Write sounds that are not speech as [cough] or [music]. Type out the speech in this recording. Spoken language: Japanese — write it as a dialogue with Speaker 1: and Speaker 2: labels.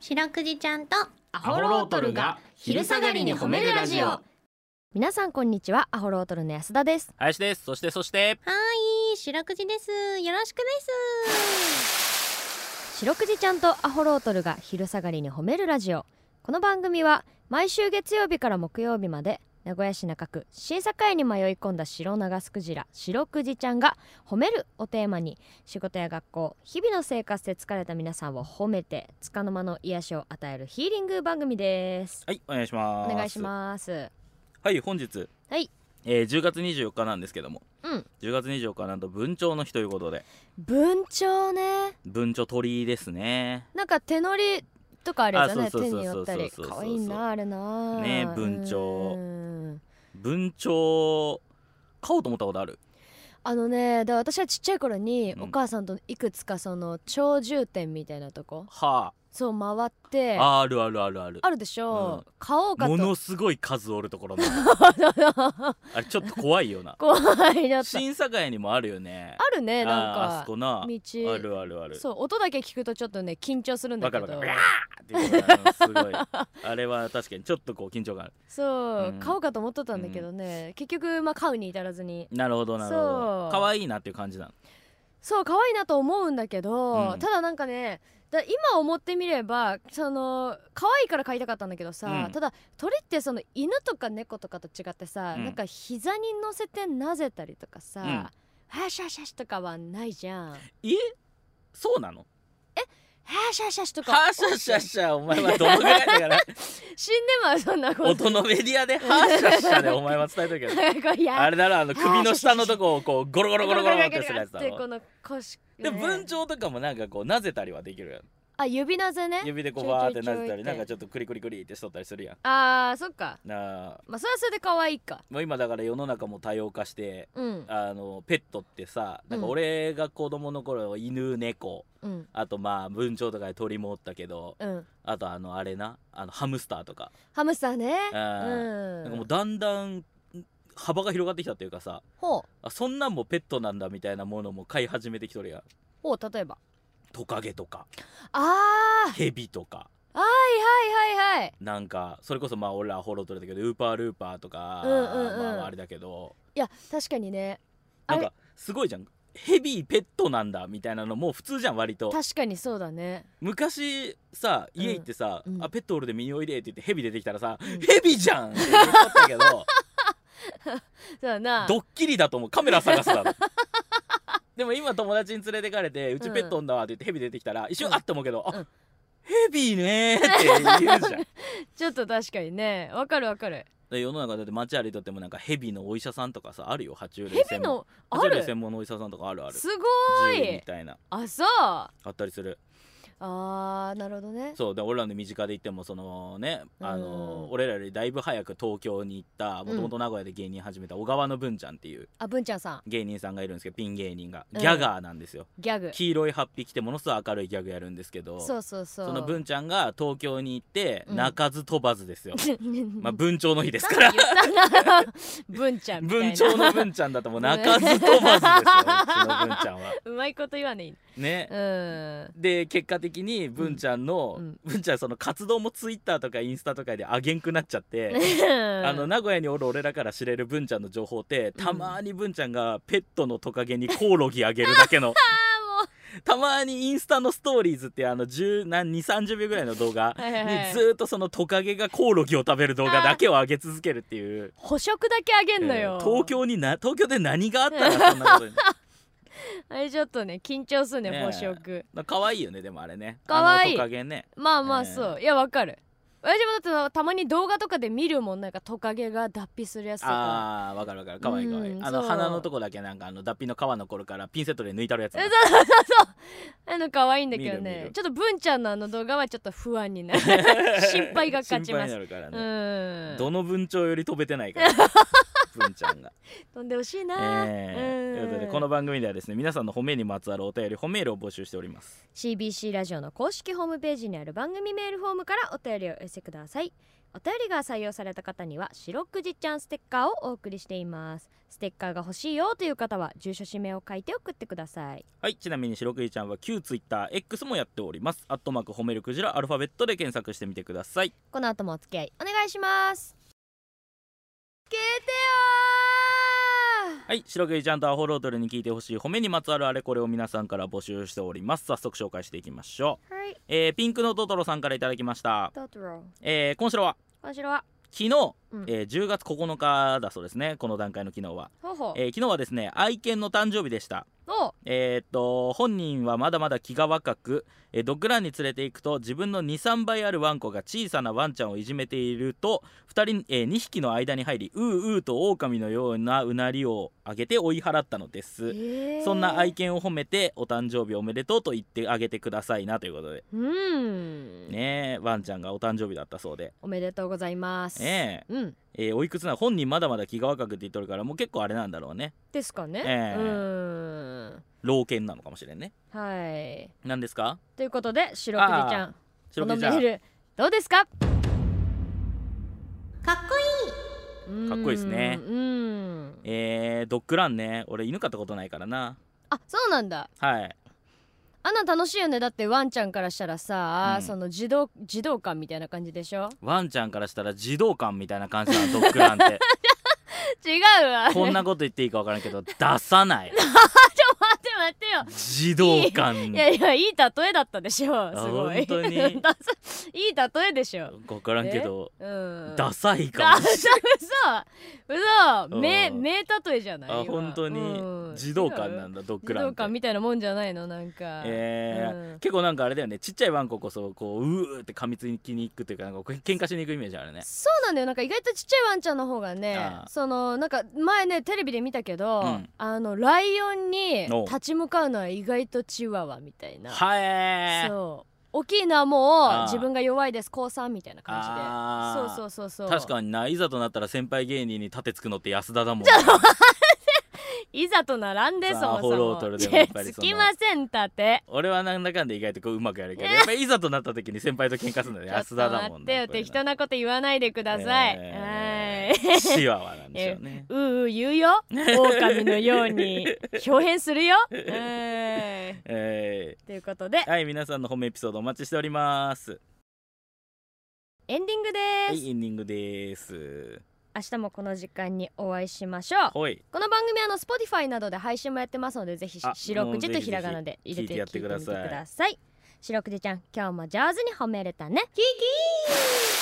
Speaker 1: 白くじちゃんと
Speaker 2: ア
Speaker 3: ホロートルが昼下がりに褒めるラジオ
Speaker 4: 皆さんこんにちはアホロートルの安田です
Speaker 2: 林ですそしてそして
Speaker 1: いい白くじですよろしくです
Speaker 4: 白くじちゃんとアホロートルが昼下がりに褒めるラジオこの番組は毎週月曜日から木曜日まで名古屋市中区審査会に迷い込んだ白長スクジラ白くじちゃんが褒めるをテーマに仕事や学校日々の生活で疲れた皆さんを褒めて束の間の癒しを与えるヒーリング番組です
Speaker 2: はいお願いしま
Speaker 4: お
Speaker 2: す
Speaker 4: 願いします
Speaker 2: すはい本日
Speaker 4: はい
Speaker 2: えー、10月24日なんですけども、
Speaker 4: うん
Speaker 2: 10月24日はなんと文鳥の日ということで
Speaker 4: 文鳥ね
Speaker 2: 文鳥鳥居ですね
Speaker 4: なんか手乗りとかあるやつだ
Speaker 2: あ
Speaker 4: ね
Speaker 2: そうそ
Speaker 4: 手
Speaker 2: うそう
Speaker 4: に
Speaker 2: そ
Speaker 4: 寄
Speaker 2: う
Speaker 4: ったり
Speaker 2: そうそうそ
Speaker 4: 可
Speaker 2: う
Speaker 4: 愛いなあれな
Speaker 2: ね文鳥
Speaker 4: うん
Speaker 2: 文鳥買おうと思ったことある
Speaker 4: あのねだから私はちっちゃい頃に
Speaker 2: うん
Speaker 4: お母さんといくつかその鳥獣展みたいなとこ
Speaker 2: は
Speaker 4: そう回ってあ
Speaker 2: ああるあるあるある
Speaker 4: るでしょ、
Speaker 2: う
Speaker 4: 買おうかと
Speaker 2: ものすごい数おるところなあれちょっと怖いよな
Speaker 4: 怖いなと
Speaker 2: 審査会にもあるよね
Speaker 4: あるねなん
Speaker 2: あーあ
Speaker 4: か
Speaker 2: そこな
Speaker 4: 道
Speaker 2: あるあるある
Speaker 4: そう音だけ聞くとちょっとね緊張するんだ
Speaker 2: わ
Speaker 4: け
Speaker 2: か
Speaker 4: ど
Speaker 2: るわかるわーっていうのがすごいあれは確かにちょっとこう緊張感ある
Speaker 4: そう、
Speaker 2: うん
Speaker 4: 買おうかと思ってたんだけどね、結局まあ買うに至らずに
Speaker 2: なるほどなるほ
Speaker 4: そ
Speaker 2: ど
Speaker 4: う
Speaker 2: 可愛いなっていう感じなの
Speaker 4: そう可愛いなと思うんだけど、
Speaker 2: うん
Speaker 4: ただなんかねだ今思ってみればその可愛いから飼いたかったんだけどさ、
Speaker 2: うん
Speaker 4: ただ鳥ってその犬とか猫とかと違ってさ、
Speaker 2: うん
Speaker 4: なんか膝に乗せてなぜたりとかさ、
Speaker 2: うん
Speaker 4: はしゃしゃしとかはないじ
Speaker 2: [laughs]
Speaker 4: ゃん。は
Speaker 2: えそうなの
Speaker 4: しゃしゃしとか
Speaker 2: はーしゃしゃしゃお前はどのぐらいだから
Speaker 4: 死んでますそんなこと。
Speaker 2: 音のメディアではーしゃしゃでお前は伝えとけよ
Speaker 4: [laughs] こうや
Speaker 2: あれだろあの首の下のとこをこうゴロゴロゴロゴロってするやつだ
Speaker 4: ってこ
Speaker 2: ろ
Speaker 4: の腰ね
Speaker 2: で文鳥とかもなんかこうなぜたりはできるやん
Speaker 4: あ指なぜね
Speaker 2: 指でこうバーってな
Speaker 4: ちょい
Speaker 2: ぜた
Speaker 4: ちょいちょいっ
Speaker 2: り
Speaker 4: て
Speaker 2: なんかちょっとクリクリクリってしとったりするやん
Speaker 4: あーそっか
Speaker 2: なあ
Speaker 4: まあそれはそれで可愛いか
Speaker 2: もう今だから世の中も多様化して
Speaker 4: うん
Speaker 2: あのペットってさなんか
Speaker 4: うん
Speaker 2: 俺が子供の頃犬猫
Speaker 4: うん
Speaker 2: あとまあ文鳥とかで鳥もおったけど
Speaker 4: うん
Speaker 2: あとあのあれなあのハムスターとか
Speaker 4: ハムスターね
Speaker 2: あー
Speaker 4: う
Speaker 2: なんかもうだんだん幅が広がってきたというかさ
Speaker 4: ほう
Speaker 2: あそんなんもペットなんだみたいなものも飼い始めてきとるやん
Speaker 4: ほう例えば
Speaker 2: トカゲとか
Speaker 4: ああ
Speaker 2: ヘビとか
Speaker 4: はいはいはいはい
Speaker 2: なんかそれこそまあ俺らアホロ取れたけどウーパールーパーとか、
Speaker 4: うんうんうん
Speaker 2: まあ、あれだけど
Speaker 4: いや確かにねあ
Speaker 2: なん
Speaker 4: れ
Speaker 2: かすごいじゃんヘビペットなんだみたいなのもう普通じゃん割と
Speaker 4: 確かにそうだね
Speaker 2: 昔さ
Speaker 4: うん
Speaker 2: 家行ってさ、
Speaker 4: うん
Speaker 2: あペットおるで身を入れって言ってヘビ出てきたらさ、
Speaker 4: ん
Speaker 2: ヘビじゃんって言っとった
Speaker 4: [laughs]
Speaker 2: けど
Speaker 4: そうだな
Speaker 2: ドッキリだと思うカメラ探すだ
Speaker 4: [laughs]
Speaker 2: ろでも今友達に連れてかれて「うちペットおんだわ」って言ってヘビ出てきたら一瞬あって思うけど「
Speaker 4: うん
Speaker 2: あヘビね」って言う
Speaker 4: [laughs]
Speaker 2: じゃん
Speaker 4: ちょっと確かにねわかるわかる
Speaker 2: で世の中だって街歩いとってもなんかヘビのお医者さんとかさあるよ爬虫類
Speaker 4: ヘビ
Speaker 2: 専門
Speaker 4: のあ
Speaker 2: 爬虫類
Speaker 4: る
Speaker 2: 専門のお医者さんとかあるある
Speaker 4: すご
Speaker 2: 獣医み
Speaker 4: い
Speaker 2: たいな
Speaker 4: あそうあ
Speaker 2: あったりする
Speaker 4: ーなるほどね
Speaker 2: そうで俺らの身近で言ってもそのねあの、
Speaker 4: うん
Speaker 2: 俺らよりだいぶ早く東京に行ったもともと名古屋で芸人始めた小川の文ちゃんっていう
Speaker 4: あ文ちゃんさん
Speaker 2: 芸人さんがいるんですけどピン芸人が
Speaker 4: うん
Speaker 2: ギャガーなんですよ、
Speaker 4: ギャグ
Speaker 2: 黄色いハッピー着てものすごい明るいギャグやるんですけど
Speaker 4: そうそうそう
Speaker 2: その
Speaker 4: [laughs]
Speaker 2: 文ちゃんが東京に行って
Speaker 4: うん
Speaker 2: 泣かず飛ばずで
Speaker 4: [laughs]
Speaker 2: すよ、まあ文鳥の日ですから
Speaker 4: なんか言ったな [laughs] 文ちゃんみたいな
Speaker 2: 文鳥の文ちゃん
Speaker 4: [laughs]
Speaker 2: だともう泣かず飛ばずですようちの文ちゃんは
Speaker 4: うまいこと言わね
Speaker 2: ね
Speaker 4: え
Speaker 2: [laughs]
Speaker 4: うん
Speaker 2: で結果的に文ちゃんの、
Speaker 4: う
Speaker 2: 文
Speaker 4: ん
Speaker 2: ちゃんその活動もツイッターとかインスタとかであげんくなっちゃって、
Speaker 4: [laughs]
Speaker 2: あ
Speaker 4: あ
Speaker 2: の名古屋におる俺らから知れる文ちゃんの情報ってたまーに文ちゃんがペットのトカゲにコオロギあげる
Speaker 4: [laughs]
Speaker 2: だけのたまーにインスタのストーリーズってあの10何2 3 0秒ぐらいの動
Speaker 4: は
Speaker 2: 画
Speaker 4: いはいはい
Speaker 2: にずーっとそのトカゲがコオロギを食べる動画だけを上げ続けるっていう、
Speaker 4: 捕食だけあげんのよ、
Speaker 2: えー東京にな東京で何があったらそんなことに
Speaker 4: [laughs] あれちょっとね緊張するね
Speaker 2: ねえ
Speaker 4: 捕食
Speaker 2: な可愛いよねでもあれね
Speaker 4: 可愛い
Speaker 2: あのトカゲね
Speaker 4: まあま
Speaker 2: え
Speaker 4: あ
Speaker 2: え
Speaker 4: そう、いやわかる私もだってたまに動画とかで見るもんなんかトカゲが脱皮するやつとか
Speaker 2: あーわかるわかる可愛い可愛い、
Speaker 4: うん
Speaker 2: あの
Speaker 4: そう
Speaker 2: 鼻のとこだけなんかあの脱皮の皮の頃からピンセットで抜いたるやつ
Speaker 4: えそうそうそうあの可愛いんだけど
Speaker 2: 見る見
Speaker 4: ね
Speaker 2: る
Speaker 4: ちょっと文ちゃんのあの動画はちょっと不安に
Speaker 2: [laughs]
Speaker 4: なる心配が勝ちます
Speaker 2: 心配になるから
Speaker 4: う
Speaker 2: ね、
Speaker 4: ん
Speaker 2: どの文鳥より飛べてな
Speaker 4: [laughs]
Speaker 2: いから文ちゃんが、
Speaker 4: 飛んでほしい
Speaker 2: え
Speaker 4: な、
Speaker 2: ーといううんことでこの番組ではですね皆さんの褒めにまつわるお便り褒めールを募集しております
Speaker 4: CBC ラジオの公式ホームページにある番組メールフォームからお便りを寄せくださいお便りが採用された方には白くじちゃんステッカーをお送りしていますステッカーが欲しいよという方は住所氏名を書いて送ってください
Speaker 2: はいちなみに白クジちゃんは旧 TwitterX もやっておりますアットマーク褒めるクジラアルファベットで検索してみてください
Speaker 4: この後もお付き合いお願いします聞いてよ
Speaker 2: はい白クジちゃんとアホロードルに聞いてほしい褒めにまつわるあれこれを皆さんから募集しております早速紹介していきましょう、
Speaker 4: はい
Speaker 2: えーピンクのトトロさんからいただきました、
Speaker 4: トトロ
Speaker 2: えー、今週は
Speaker 4: 今週は
Speaker 2: 昨日、
Speaker 4: うん
Speaker 2: えー10月9日だそうですねこの段階の昨日は、
Speaker 4: ほうほう
Speaker 2: えー昨日はですね愛犬の誕生日でした
Speaker 4: お
Speaker 2: えーっと本人はまだまだ気が若く、えードッグランに連れて行くと自分の23倍あるワンコが小さなワンちゃんをいじめていると2人、え2匹の間に入りうーうーと狼のようなうなりを上げて追い払ったのです、
Speaker 4: えー
Speaker 2: そんな愛犬を褒めてお誕生日おめでとうと言ってあげてくださいなということで
Speaker 4: うん、
Speaker 2: ねえワンちゃんがお誕生日だったそうで
Speaker 4: おめでとうございます
Speaker 2: ね
Speaker 4: うん
Speaker 2: ええーおいくつなの本人まだまだ気が若くって言っとるからもう結構あれなんだろうね
Speaker 4: ですかね、
Speaker 2: ええ
Speaker 4: うーん
Speaker 2: 老犬なのかもしれんね
Speaker 4: はい
Speaker 2: 何ですか
Speaker 4: ということで白くじちゃんこ
Speaker 2: 白
Speaker 4: の
Speaker 2: 木ち
Speaker 4: メ
Speaker 2: ゃん
Speaker 4: ールどうですかかっ
Speaker 1: かっこいい
Speaker 2: かっこいいですね
Speaker 4: うん
Speaker 2: えー、ドッグランね俺犬飼ったことないからな
Speaker 4: あそうなんだ
Speaker 2: はい
Speaker 4: アナ楽しいよねだってワンちゃんからしたらさ、
Speaker 2: うん
Speaker 4: その児童児童館みたいな感じでしょ
Speaker 2: ワンちゃんからしたら児童館みたいな感じなのドッグランって
Speaker 4: [laughs] 違うわ [laughs]
Speaker 2: こん
Speaker 4: あ
Speaker 2: なこと言っていいか分からんけど出さない
Speaker 4: ちょ待って待ってよ
Speaker 2: 児童
Speaker 4: い
Speaker 2: 館
Speaker 4: やいやいい例えだったでしょすごい
Speaker 2: 本当に
Speaker 4: [laughs] ダサいい例えでしょ
Speaker 2: 分からんけど
Speaker 4: うん
Speaker 2: ダサいか
Speaker 4: だ
Speaker 2: もし
Speaker 4: 嘘嘘名
Speaker 2: うん
Speaker 4: 名例えじゃない
Speaker 2: れないあ
Speaker 4: 今
Speaker 2: 本当
Speaker 4: う
Speaker 2: に
Speaker 4: ん
Speaker 2: 児童館なんだドッ
Speaker 4: 児
Speaker 2: グラン
Speaker 4: 童
Speaker 2: っ
Speaker 4: 館
Speaker 2: て
Speaker 4: みたいなもんじゃないのなんか
Speaker 2: えー
Speaker 4: うん
Speaker 2: 結構なんかあれだよねちっちゃいワンコこそこううーって噛みつきに行くというかなんかこう喧嘩しに行くイメージあるね
Speaker 4: そうなんだよなんか意外とちっちゃいワンちゃんの方がね
Speaker 2: ああ
Speaker 4: そのなんか前ねテレビで見たけど、
Speaker 2: うん
Speaker 4: あのライオンに
Speaker 2: お
Speaker 4: 立ち向かうのは意外とチワワみたいな、
Speaker 2: はえー
Speaker 4: そう大きいのはも
Speaker 2: あ
Speaker 4: う
Speaker 2: あ
Speaker 4: 自分が弱いです高3みたいな感じ
Speaker 2: あ
Speaker 4: で
Speaker 2: ー
Speaker 4: そうそうそうそう
Speaker 2: 確かにないざとなったら先輩芸人に盾つくのって安田
Speaker 4: [laughs]
Speaker 2: だもんね
Speaker 4: いざと並んでそ
Speaker 2: さあ
Speaker 4: もそも
Speaker 2: アホロートルでもやっぱりそ
Speaker 4: つ
Speaker 2: の
Speaker 4: きませんたて
Speaker 2: 俺はなんだかんだ意外とこううまくやるけどやっぱりいざとなった時に先輩と喧嘩するのよ安田だ
Speaker 4: ちょ
Speaker 2: も
Speaker 4: っと待
Speaker 2: ん
Speaker 4: ってよ適当
Speaker 2: な
Speaker 4: なこと言わないでください、
Speaker 2: え
Speaker 4: は
Speaker 2: ー
Speaker 4: い [laughs]
Speaker 2: チワワなんですよね
Speaker 4: ううう言うよ狼のように表変するよ、はい
Speaker 2: え
Speaker 4: ということで
Speaker 2: ーはい皆さんの褒めエピソードお待ちしております
Speaker 4: エンディングで
Speaker 2: は
Speaker 4: す、
Speaker 2: いエンディングです
Speaker 4: 明日もこの時間にお会いしましょう
Speaker 2: ほい
Speaker 4: この番組あの Spotify などで配信もやってますのでぜひ
Speaker 2: あ
Speaker 4: 白くじ
Speaker 2: もう
Speaker 4: と
Speaker 2: ぜひぜひ
Speaker 4: ひらがなで入れて
Speaker 2: 聞いて
Speaker 4: 聞
Speaker 2: や
Speaker 4: い
Speaker 2: ってて
Speaker 4: み
Speaker 2: く
Speaker 4: て
Speaker 2: だ
Speaker 4: く
Speaker 2: さい
Speaker 4: ださい白くじちゃん今日も上手に褒めれたね
Speaker 1: キキー